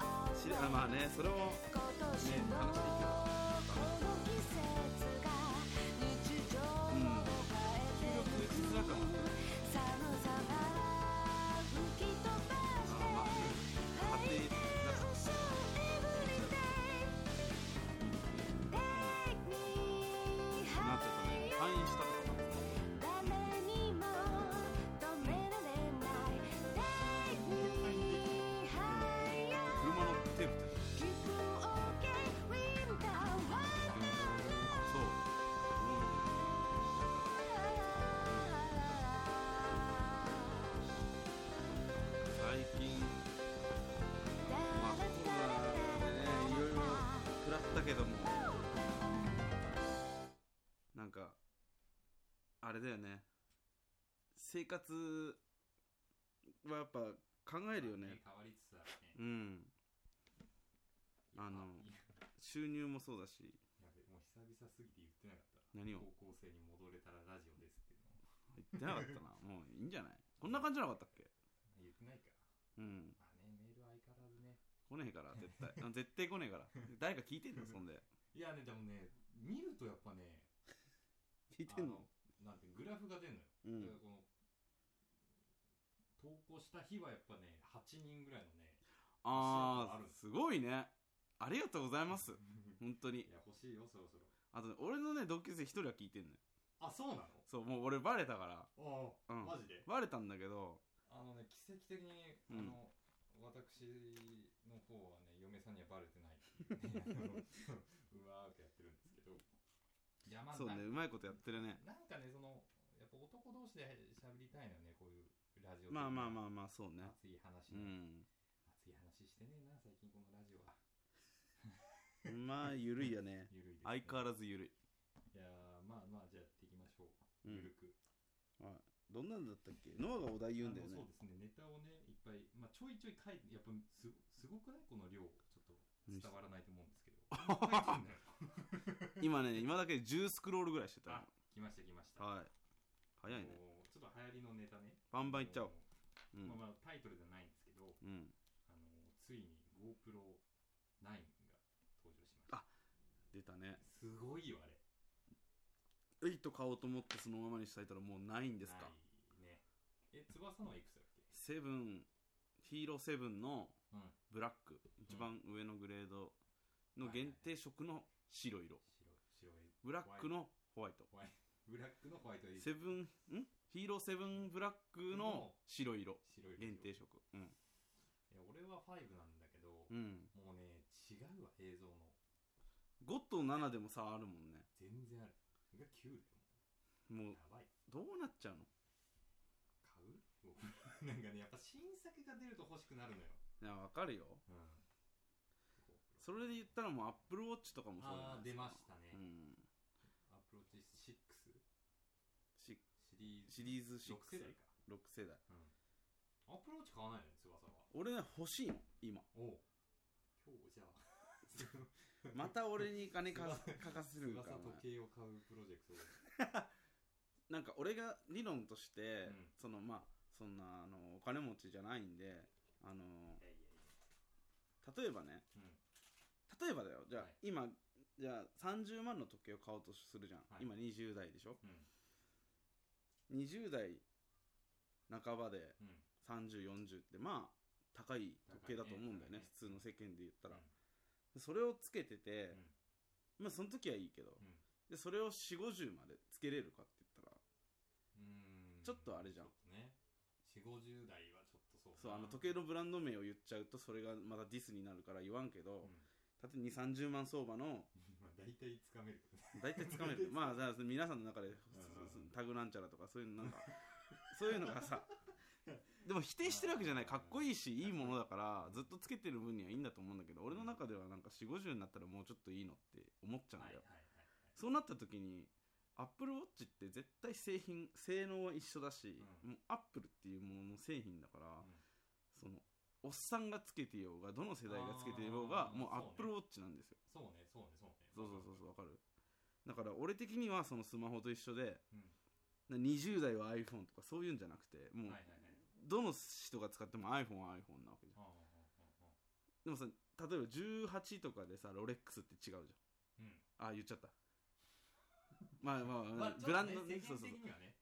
あまあねそれをね話していけば別になんかも勝手になんかなんていうかね退院したとかも車のテープって Window, そう最近まあコロナでねいろいろ食らったけどもなんかあれだよね生活はやっぱ考えるよね変わりつつあるねうんあのいや収入もそうだしやべもう久々すぎて言ってなかった何を高校生に戻れたらラジオですっていうの言ってなかったな もういいんじゃないこんな感じじゃなかったっけ言ってないかうんまあねメールは相変わらずね来ねえから絶対あ絶対来ねえから誰か聞いてんのそんでいやねでもね見るとやっぱね聞いてんのあのなんてグラフが出るのよ、うんだからこの投稿した日はやっぱね8人ぐらいのねあああるすごいねありがとうございます本当 いにや欲しいよそろそろあとね俺のね同級生一人は聞いてんのよあそうなそうもう俺バレたからのああ、うんマジでバレたんだけどあのね奇跡的に、うんあの私の方はね嫁さんにはバレ てないっていうねあのうわーってやってるんですけどいやまあそうねなうまいことやってるねなんかねそのやっぱ男同士で喋りたいのよねこういうラジオまあまあまああまあそうね熱い話うね、ん熱い話してねえな最近このラジオはまあゆるいよ ねゆるいです、ね、相変わらずゆるいいやーまあまあじゃあやっていきましょううんゆるく、はいどんなんだったっけノアがお題言うんだよあのそうねですねネタをねいっぱい、まあ、ちょいちょい書いてやっぱすすごくないこの量ちょっと伝わらないと思うんですけど いっぱい来てんだよ今ね今だけ10スクロールぐらいしてたあ来ました来ました、はい早いねもうちょっと流行りのネタねバンバンいっちゃおううあのんまあまあタイトルじゃないんですけどうんあのついに GoPro9 が登場しましあた出たねすごいよあれ8と買おうと思ってそのままにしたいたらもうないんですかないねえ翼のはいくつだっけセブンヒーローセブンのうんブラック一番上のグレードの限定色の白色白白いブラックのホワイトホワイトブラックのホワイトエイジセブンんヒーローセブンブラックの白色白い限定色うんいや俺は5なんだけど、うんもうね違うわ映像の5と7でも差あるもんね全然あるが9だよももううやばいどうなっちゃうの買うなん かねやっぱ新作が出ると欲しくなるのよ、いやわかるようん、それで言ったらもうアップルウォッチとかもそうああーだ出よねましたね、うんアプローチ6シシリーズシリーズ6世代6か、世代うん、アプローチ買わないのよ翼は俺ね欲しいの今おお今日じゃあ また俺に金かかかせるか翼ら時計を買うプロジェクトをなんか俺が理論として、うんそのまあそんなあのお金持ちじゃないんであのいやいやいや例えばねうん例えばだよじゃあ、はい今じゃあ30万の時計を買おうとするじゃん、はい今20代でしょうん20代半ばでうん3040ってまあ高い時計だと思うんだよね高い普通のね世間で言ったら、うんそれをつけてて、うんまあその時はいいけどうんでそれを4 5 0までつけれるかって言ったらうーんちょっとあれじゃんちょっとね4 5 0代はちょっとそうそうあの時計のブランド名を言っちゃうとそれがまたディスになるから言わんけど、うん たとえ2 3 0万相場のまあ大体つかめる大体つかめ るまあだから皆さんの中でんそそタグなんちゃらとかそういうのなんかそういうのがさでも否定してるわけじゃないかっこいいしいいものだからずっとつけてる分にはいいんだと思うんだけど俺の中ではなんか4 5 0になったらもうちょっといいのって思っちゃうんだはいよ、はいはいそうなった時にアップルウォッチって絶対製品性能は一緒だし、うんもうアップルっていうものの製品だから、うんそのおっさんがつけてようがどの世代がつけてようがあーもうそうアねップルウォッチなんですよそうねそうねそうねそうそうそうそうわかるだから俺的にはそのスマホと一緒でうんな20代は iPhone とかそういうんじゃなくてもうはいはいはいどの人が使っても iPhone は iPhone なわけじゃんああああああでもさ例えば18とかでさロレックスって違うじゃんうんあ言っちゃったまあまあ、まあちょっとねブランドね世間そうそうそう的にはね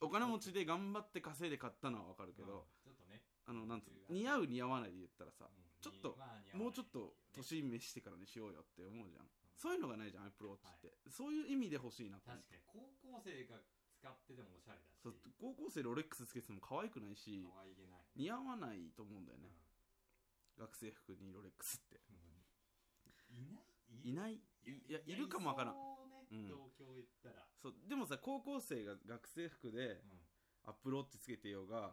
お金持ちで頑張って稼いで買ったのはわかるけど、うんちょっとねあのなんつう理由似が合う似合わないで言ったらさ、うんちょっとまあ似合わないもうちょっとよね年召してからにしようよって思うじゃん、そういうのがないじゃん Apple Watch って、そういう意味で欲しいなって確かに高校生が使っててもおしゃれだしそう高校生ロレックスつけてても可愛くないし可愛げない似合わないと思うんだようねん、学生服にロレックスっていいなないいいいやいるかもわからんそうねうん東京行ったらそうでもさ高校生が学生服でうん Apple Watch つけてようが、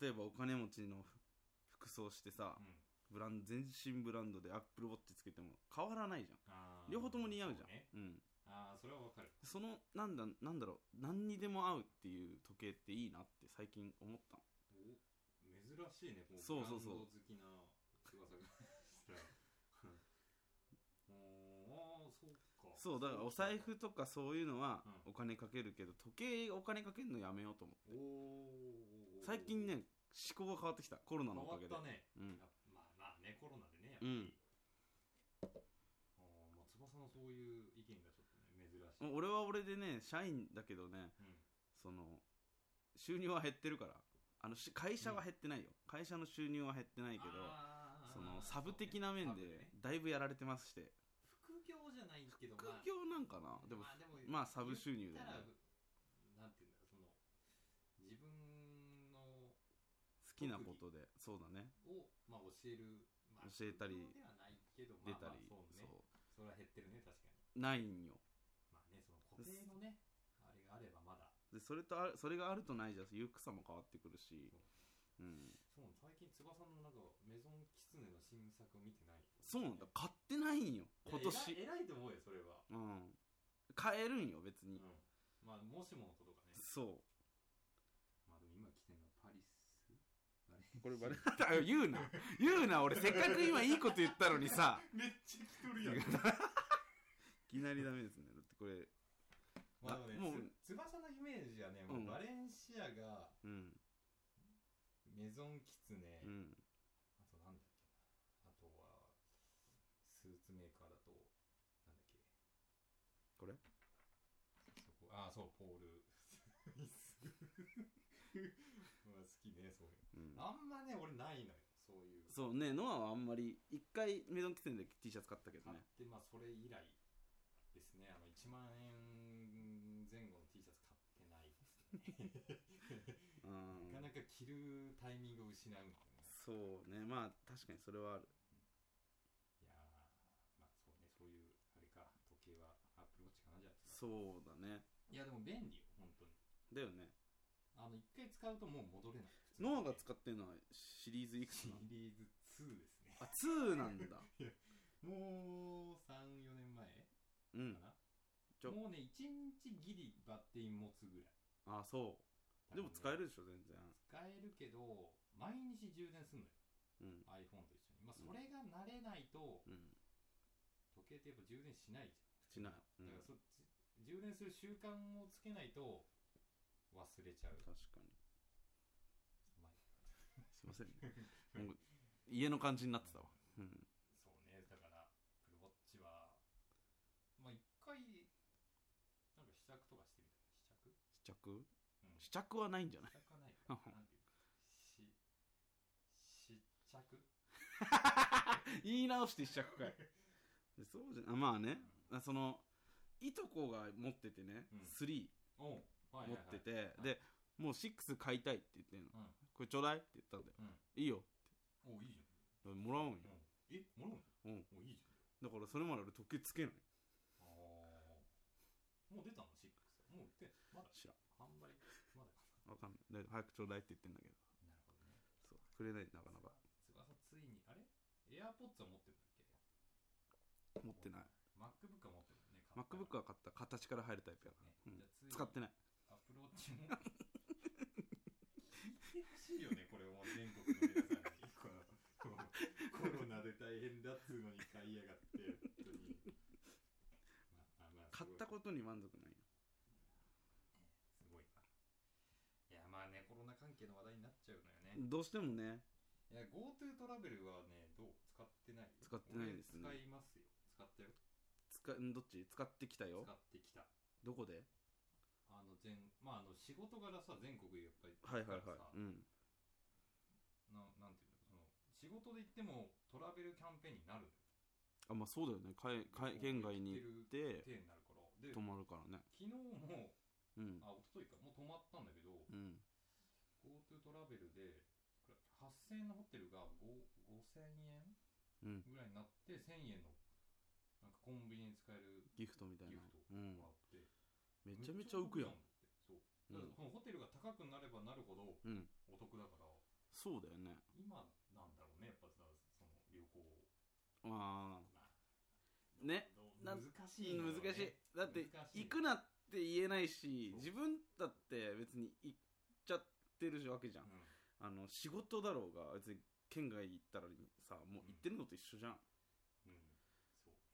例えばお金持ちの服装してさ、うんブランド全身ブランドでアップルウォッチつけても変わらないじゃあんー両方とも似合うじゃんそねう,、ん、ああそれはわかるそのなんだなんだろう何にでも合うっていう時計っていいなって最近思ったのお珍しいねこうそうそうそうブランド好きな翼が おーそうかそうだからお財布とかそういうのはうお金かけるけど時計お金かけるのやめようと思っおてー最近ね思考が変わってきたコロナ変のおかわっげでたねうんやっぱまあまあねコロナでねやっうぱりんあーまあ翼のそういう意見がちょっとね珍しいもう俺は俺でね社員だけどねうんその収入は減ってるからあのし会社は減ってないよ、会社の収入は減ってないけどあーそのサブ的な面そうねでだいぶやられてますして副業じゃないけど副業なんかなでもまあ、でもまあサブ収入だ言よったらねなんていうんだろうその自分の好きなことでそうだねを、まあ、教える、まあ、教えたり副業ではないけど、出まあ、たりまあそうねそそれは減ってるね確かにうないんよまあねその固定のねあれがあればまだでそれとあそれがあるとないじゃ裕福さも変わってくるしそううんそう最近翼のなんかメゾンキツネの新作を見てないそうなんだ買ってないんよ今い年や偉い偉いと思うよそれは、うん買えるんよ別うんに、まあもしものことがねそまあでも今来てるのはパリスあれうこれバレ 言うな言うな俺せっかく今いいこと言ったのにさ めっちゃ来とるいやんきなりダメですねだってこれまあでももうねつ翼のイメージはねもうんうバレンシアがうんメゾンキツネ、うんあとなんだっけなあとはスーツメーカーだとなんだっけこれそこああそうポールまあ好きねそういうんうあんまね俺ないのよそういうそうねノアはあんまり一回メゾンキツネで T シャツ買ったけど買っねて、まあ、それ以来ですね、あの1万円前後の T シャツ買ってないですね。うなんかなか着るタイミングを失うんだよね。そうねまあ確かにそれはあるいやーまあそうね、そういう、あれか、時計はアップローチかな、じゃあ。そうだねいや、でも便利よ、本当に。だよねあの、一回使うともう戻れない。ノアがう使ってるのはシリーズいくつシなのリーズ2ですね。あ2なんだもう、3、4年前うんかな。ちょもうね、1日ギリバッテリー持つぐらあい。そうでも使えるでしょ全然使えるけど毎日充電するのようん iPhone と一緒に、まあ、それが慣れないとうん時計ってやっぱ充電しないしない、うじゃん、んだ、からそっち充電する習慣をつけないと忘れちゃう確かにまあすいませんねもう家の感じになってたわうんそうねだからプルウォッチはまあ一回なんか試着とかしてみた試試着着うん試着はないんじゃない 試着はないうかんなんていうかし試着言い直して試着かいでそうじゃあまあねあそのいとこが持っててね、うん3おうはい持はいっはていて、でもう6買いたいって言ってんの、うんこれちょうだいって言ったんだよ、うんいいよおういいじゃんもらうんよ、えもらうのうんおいいじだゃんからそれまで俺時計つけないあーもう出たの ?6 もう出てまだ知ら販売まだんかわかんないで早くちょうだいって言ってんだけどななるほどねそうくれないなかなか翼ついにあれ AirPods は持ってるんだっけ持ってない MacBook は持ってるよね MacBook は買った形から入るタイプやかね、ら、うんじゃあついに使ってないアプローチも聞いてほしいよねこれもう全国の皆さんにこのこのコロナで大変だっつうのに買いやがって本当にまあまあまあす買っごいたことに満足ないよすごいないやまあねコロナ関係の話題になっちゃうのよねどうしてもねいや GoTo トラベルはねどう使っってない使ってないですね俺使いますよ使ったよ使んどっち使ってきたよ使ってきたどこであの全まああの仕事柄さ全国やっぱりはいはいはいだからさうんななんていうのその仕事で行ってもトラベルキャンペーンになるあまあそうだよね海海県外に行って手になるからで泊まるからね昨日もうんあ一昨日かもう泊まったんだけどうん GoTo トラベルでいくら8000円のホテルが5 5000円うんぐらいになって1000円のなんかコンビニに使えるギフトみたいなギフトうんもらって、めちゃめちゃ浮くやんめっちゃうお得なんだってそう、んだからそのホテルが高くなればなるほどうんお得だからそうだよね今なんだろうねやっぱさその旅行まあなねなど難しいのよ難ね、しいだって難し行いくなって言えないしそう自分だって別に行っちゃってるわけじゃんうんあの仕事だろうが別に県外行ったらさもう行ってるのと一緒じゃんうんそうね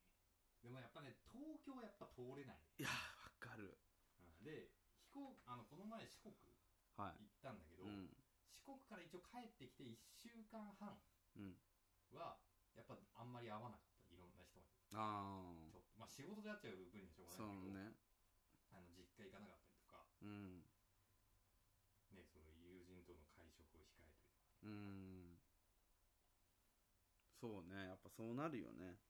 でもやっぱね東京はやっぱ通れないいね、やーわかるうんで飛行あのこの前四国行はったんだけいど、うん四国から一応帰ってきて1週間半うんはやっぱあんまり会わなかったいろんな人にあちょっとまあ仕事で会っちゃう分にはしょうあがそうないんだけど、ねあの実家行かなかったりとかうんねその友人との会食を控えたりうんそうねやっぱそうなるよね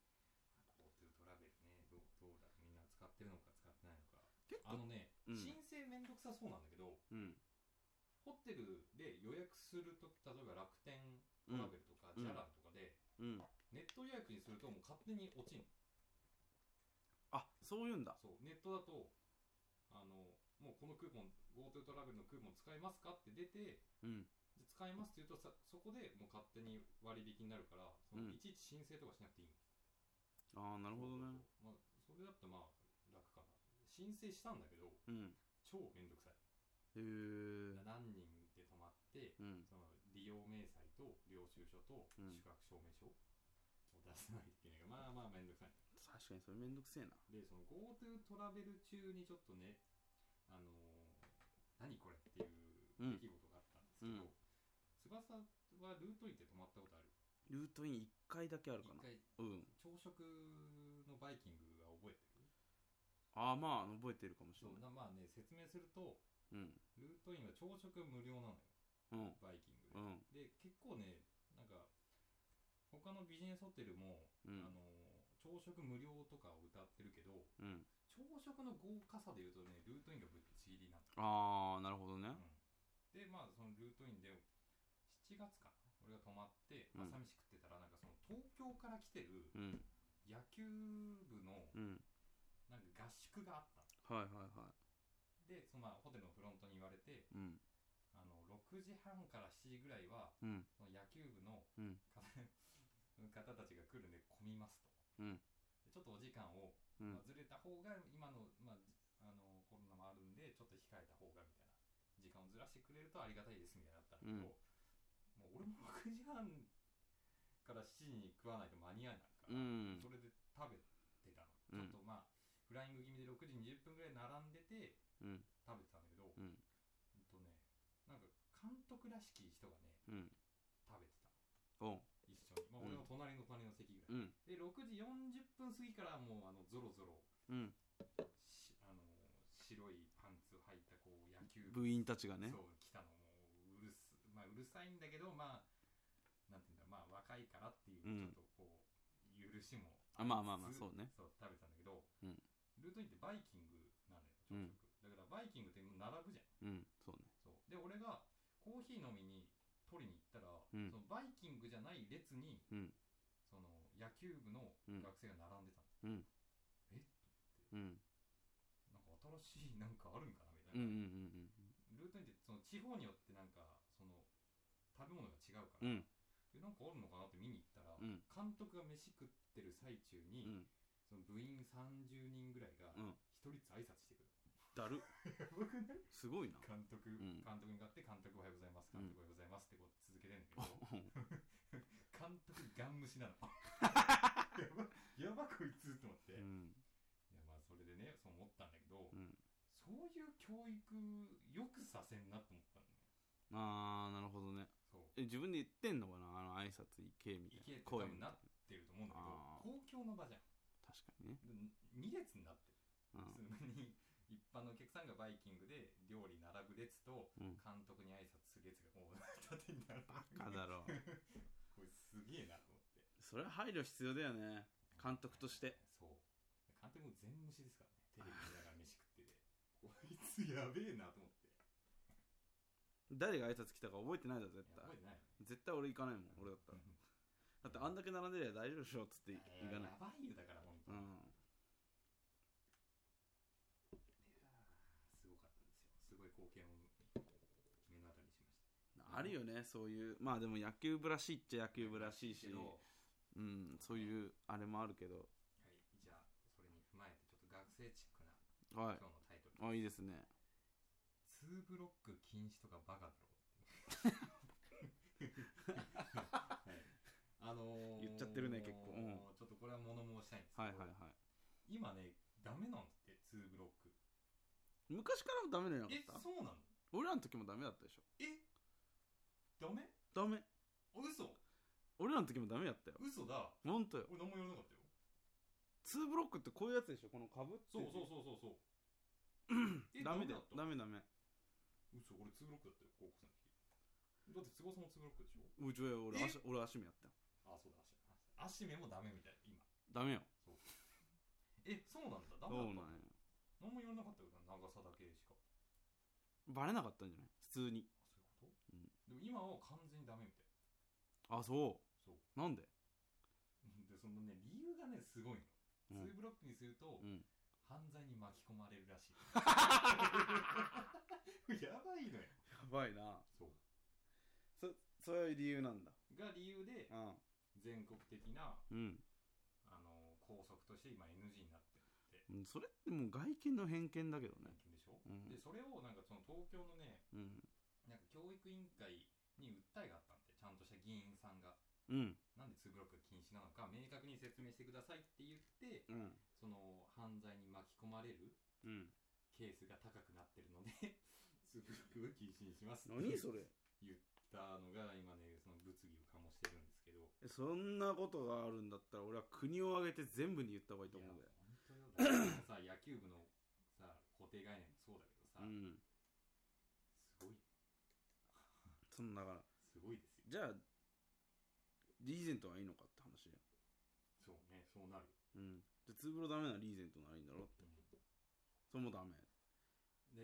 GoTo トラベルねどうどうだみんな使ってるのか使ってないのか結あのうね、ん申請めんどくさそうなんだけどうんホテルで予約すると例えば楽天トラベルうとか、んジャランとかでうんネット予約にするともう勝手に落ちんあそういうんだそうネットだとあのもうこのクーポン GoTo トラベルのクーポン使いますかって出てうんで使いますって言うとさそこでもう勝手に割引になるからそのうんいちいち申請とかしなくていいのああなるほどねそうそうそうまあ、それだったらまあ楽かな申請したんだけどうん超めんどくさいへえ何人で泊まってうんその利用明細と領収書とうん宿泊証明書を出さないといけないから、まあまあめんどくさい確かにそれめんどくせえなでその GoTo トラベル中にちょっとねあのー何これっていう出来事があったんですけうんど、翼はルートインって泊まったことあるルートイン1回だけある一かな回うん朝食のバイキングは覚えてるああまあ覚えてるかもしそれうないなまあね説明するうとんルートインは朝食無料なのようんバイキンうグんで、で結構ねなんか他のビジネスホテルも、うあんの朝食無料とかを歌ってるけどうん朝食の豪華さでいうとねルートインがぶっちぎりなんだ、ああなるほどねうんでまあそのルートインで7月かな俺が泊まってうん朝飯食ってたらなんかその東京から来てるうん野球部のうんなんか合宿があったのはいはいはでそのまあホテルのフロントに言われていうんあの6時半から7時ぐらいはうんその野球部のう ん方方たちが来るんで混みますと、うんでちょっとお時間を、うまあんずれた方が今の,、まあ、じあのコロナもあるんでちょっと控えた方がみたいな時間をずらしてくれるとありがたいですみたいなだったんだけど、もう俺も6時半から7時に食わないと間に合わないから、うんそれで食べてたうの、んちょっとまあフライング気味で6時に10分ぐらい並んでてうん食べてたんだけど、うんうんとねなんか監督らしき人がねうん食べてたのおう一緒に、まあ、うん俺の隣の隣の席ぐらうい、んで6時40分過ぎからもうあのゾロゾロうんしあの白いパンツを履いたこう野球部員たちがねそう来たのもううるす,、まあ、うるさいんだけどまあなんていうんだまあ若いからっていううんちょっとこう許しもあまあまあまありつつそうねそう食べたんだけど、うんルートインってバイキングなのよ朝食、うんだからバイキングって並ぶじゃんうんそうねそうで俺がコーヒー飲みに取りに行ったら、うんそのバイキングじゃない列に、うんその野球部のうん学生が並んでたうの、んえうんなんか新しいなんかあるんかなみたういんうんうな、んルートインってその地方によってなんかその食べ物が違うから、うんでなんかあるのかなって見に行ったら、うん監督が飯食ってる最中うに、んその部員30人ぐらいがうん一人ずつ挨拶してくる、だ るすごいな監督、ん監督に向かって監督おはようございます監督おはようございますってこう続けてんだけど、 監督ガン虫な のやばやばこいつと思って、ういんやまあそれでねそう思ったんだけど、うんそういう教育よくさせんなと思ったんだよねああなるほどねそうえ自分で言ってんのかなあの挨拶行けみた行いなけって多声分みたいななってってると思うんだけどあー公共の場じゃん確かにね、 2列になってるうん普通に一般のお客さんがバイキングで料理並ぶ列とうん、監督に挨拶するやつがもう 縦に並んでバカだろ これすげえなと思ってそれは配慮必要だよね監督としてそう監督も全無視ですからねテレビ見ながら飯食ってて こいつやべえなと思って誰が挨拶来たか覚えてないだろ絶いや対覚えてないよね絶対俺行かないもん俺だったらだってあんだけ並んでりゃ大丈夫でしょっつって行いやかないやばいよだから本う当に、いやんーすごかったですよすごい光景を目の当たりにしましたあるよねそういうまあでも野球部らしいっちゃ野球部らしいしけどうんそういうあれもあるけどはい、じゃあそれに踏まえてちょっと学生チックなは今い日のタイトル、あいいですね2ブロック禁止とかバカだろ はいあのー言っちゃってるね結構うんちょっとこれは物申したいんですけど、はいはいはい今ねダメなんだって2ブロック昔からもダメなのなえかったそうなの俺らの時もダメだったでしょえダメダメあ嘘俺らの時もダメだったよ嘘だほんとよ俺何も言わなかったよ2ブロックってこういうやつでしょこのかぶってそうそううそうそ うそうえダメだよダダメだっメダメた嘘俺2ブロックだったよ高校生の時だって都合さんも2ブロックでしょうちはよ俺え足俺足目やったよあそうだ足目もダメみたい今ダメよえそうなんだダそうメなだんったや何も言わなかったよな長さだけしかバレなかったんじゃない普通にあそういうこと、うんでも今は完全にダメみたいあそそううなんででそのね理由がねすごいの、うツんーブロックにすると、うん犯罪に巻き込まれるらしいやばいの やよばいなそうそそういう理由なんだが理由でうん全国的なうんあの校則として今 NG になってるってうんそれってもう外見の偏見だけどね偏見でしょ、うんでそれをなんかその東京のねうんなんか教育委員会に訴えがあったんでちゃんとした議員さんがうんなんで2ブロックが禁止なのか明確に説明してくださいって言ってうんその犯罪に巻き込まれるうんケースが高くなってるので 2ブロックを禁止にします何それれ言ったのが今ねその物議を醸してるんですけど えそんなことがあるんだったら俺は国を挙げて全部に言った方がいいと思ういでや本当よだからさ野球部のさ固定概念もそうだけどさ、うんすごいそんなだからすごいですよじゃあリーゼントはいいのかって話じそうねそうなるよ、ゃんうんじゃあ2ブロダメならリーゼントならいいんだろそれもダメで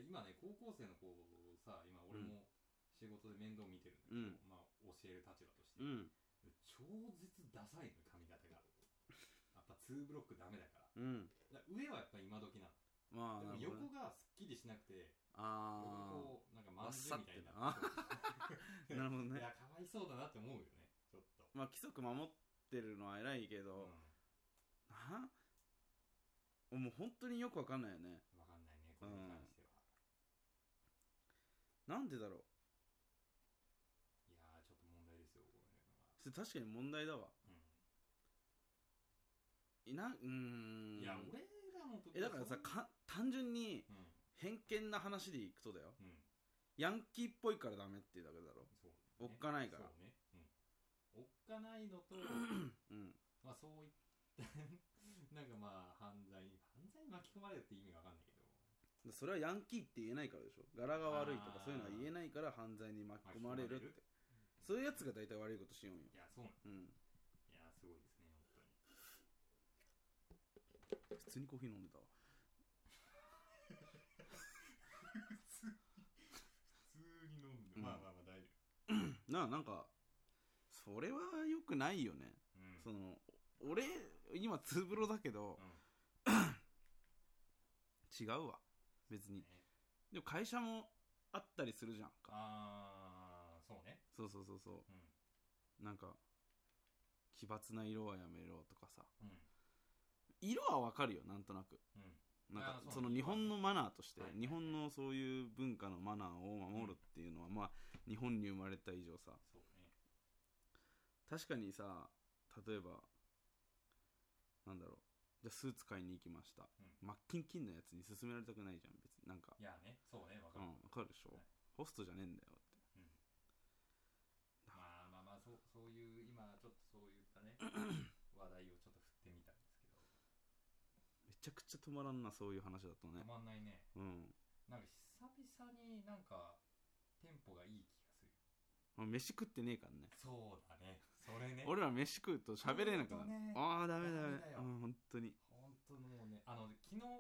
今ね高校生の子さ今俺も仕事で面倒見てるんだけど、うんまあ、教える立場として、うん超絶ダサいのよ髪型がやっぱ2ブロックダメだからうんだから上はやっぱ今時なのまあなるでほどねも横がすっきりしなくてあ横こうなんかまんじゅうみたいになわっさってある なるほどいねやかわいそうだなって思うよねちょっと、まあ規則守ってるのは偉いけうど、んなもう本当によくわかんないよねわかんないねこれに関しては、なんでだろいやーちょっと問題ですよこういうのは、うそれ確かに問題だわういなうーんん、いや俺らの時えだからさそんなか単純にうん偏見な話でいくとだようんヤンキーっぽいからダメっていうだけだろそうねおっかないからそうね、うん、おっかな いのとうんまあそういった なんかまあ犯罪犯罪に巻き込まれるって意味がわかんないけどでそれはヤンキーって言えないからでしょ柄が悪いとかあーそういうのは言えないから犯罪に巻き込まれるって巻き込まれるそういうやつが大体悪いことしようんよいやそうなのうんいやすごいですね本当に普通にコーヒー飲んでたわ普通に飲んで、うんまあまあまあ大丈なあなんかそれは良くないよね、夫うんその俺今ツーブロだけど、うん違うわ別にねでも会社もあったりするじゃんかああそうねそうそうそうそううんなんか奇抜な色はやめろとかさうん色はわかるよなんとなくうんなんあかーそうその日本のマナーとしてはい日本のそういう文化のマナーを守るっていうのはまあ日本に生まれた以上さそうね確かにさ例えばなんだろうじゃあスーツ買いに行きました、うマッキンキンのやつに勧められたくないじゃん別になんかいやねそうねわうかんわかる、るでしょ、はいホストじゃねえんだよって まあまあまあそうそういう今ちょっとそういったね話ちゃくちゃ止まらんなそういう話だとねたまんないねうんなんか久々になんかテンポがいい気がするまあ飯食ってねえからねそうだねそれね俺ら飯食うと喋れなくなる、ほんとねああダメダメダメだようん本当に本当もうねあの昨日ん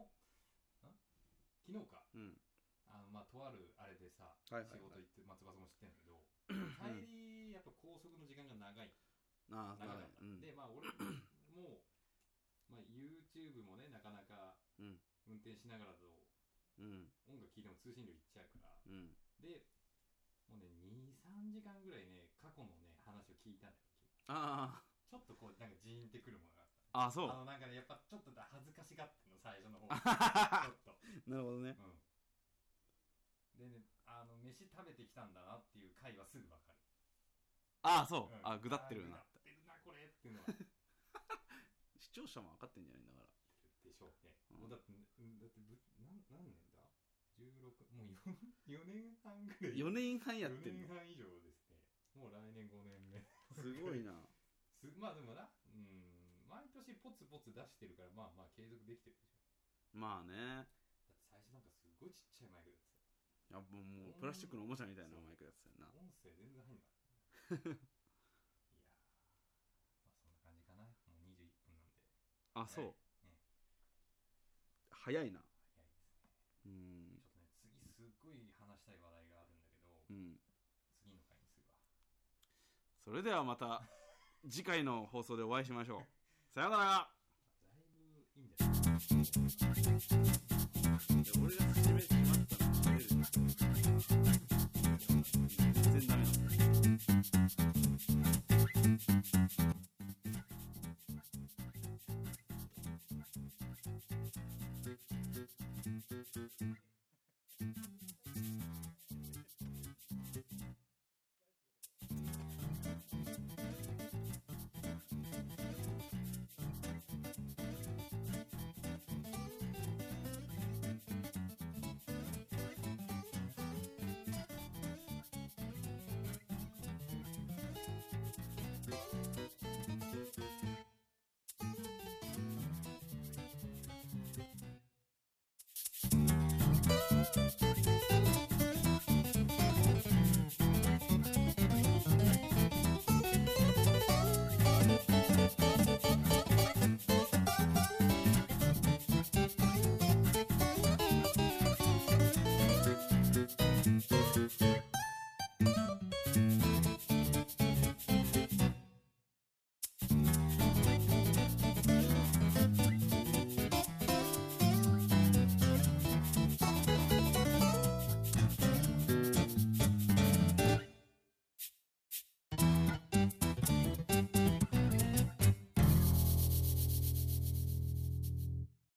昨日かうんあのまあとあるあれでさ、はいはいはい仕事行って松葉さんも知ってんだ けど帰りやっぱ高速の時間が長いああ長ダかメった、うんでまあ俺もう、まあ、YouTube もねなかなかうん運転しながらだとうん音楽聴いても通信量いっちゃうからうんでもうね23時間ぐらいね過去のね話を聞いたんだよあちょっとこうなんかジーンってくるものがあああったそうあのなんかねやっぱちょっとだ恥ずかしがってんの最 初の方ちょっとなるほどねうん、でねあの飯食べてきたんだなっていう回はすぐ分かる、ああそう、うんあぐだってるよなあーぐだってるなこれっていうのはで視聴者も分かってんじゃないんだからしょうね、うんもうだってうんだってぶなん何年だ16もう 4, 年半ぐらい4年半やっ四てんの年半以上ですねもう来年5年目すごいなすまあでもなうん毎年ポツポツ出してるからまあまあ継続できてるでしょまあねだって最初なんかすごいちっちゃいマイクだったよやっぱもうプラスチックのおもちゃみたいなマイクやってたよな音声全然入んなかった いやーまあそんな感じかなもう21分なんであそうね早いな早いですね。ちょっとね、うん次すっごい話したい話題があるんだけど、うん次の回にするわ。それではま た次回の放送でお会いしましょうさようならだいぶいいんじゃない俺が初めて決まったのは全然ダメだ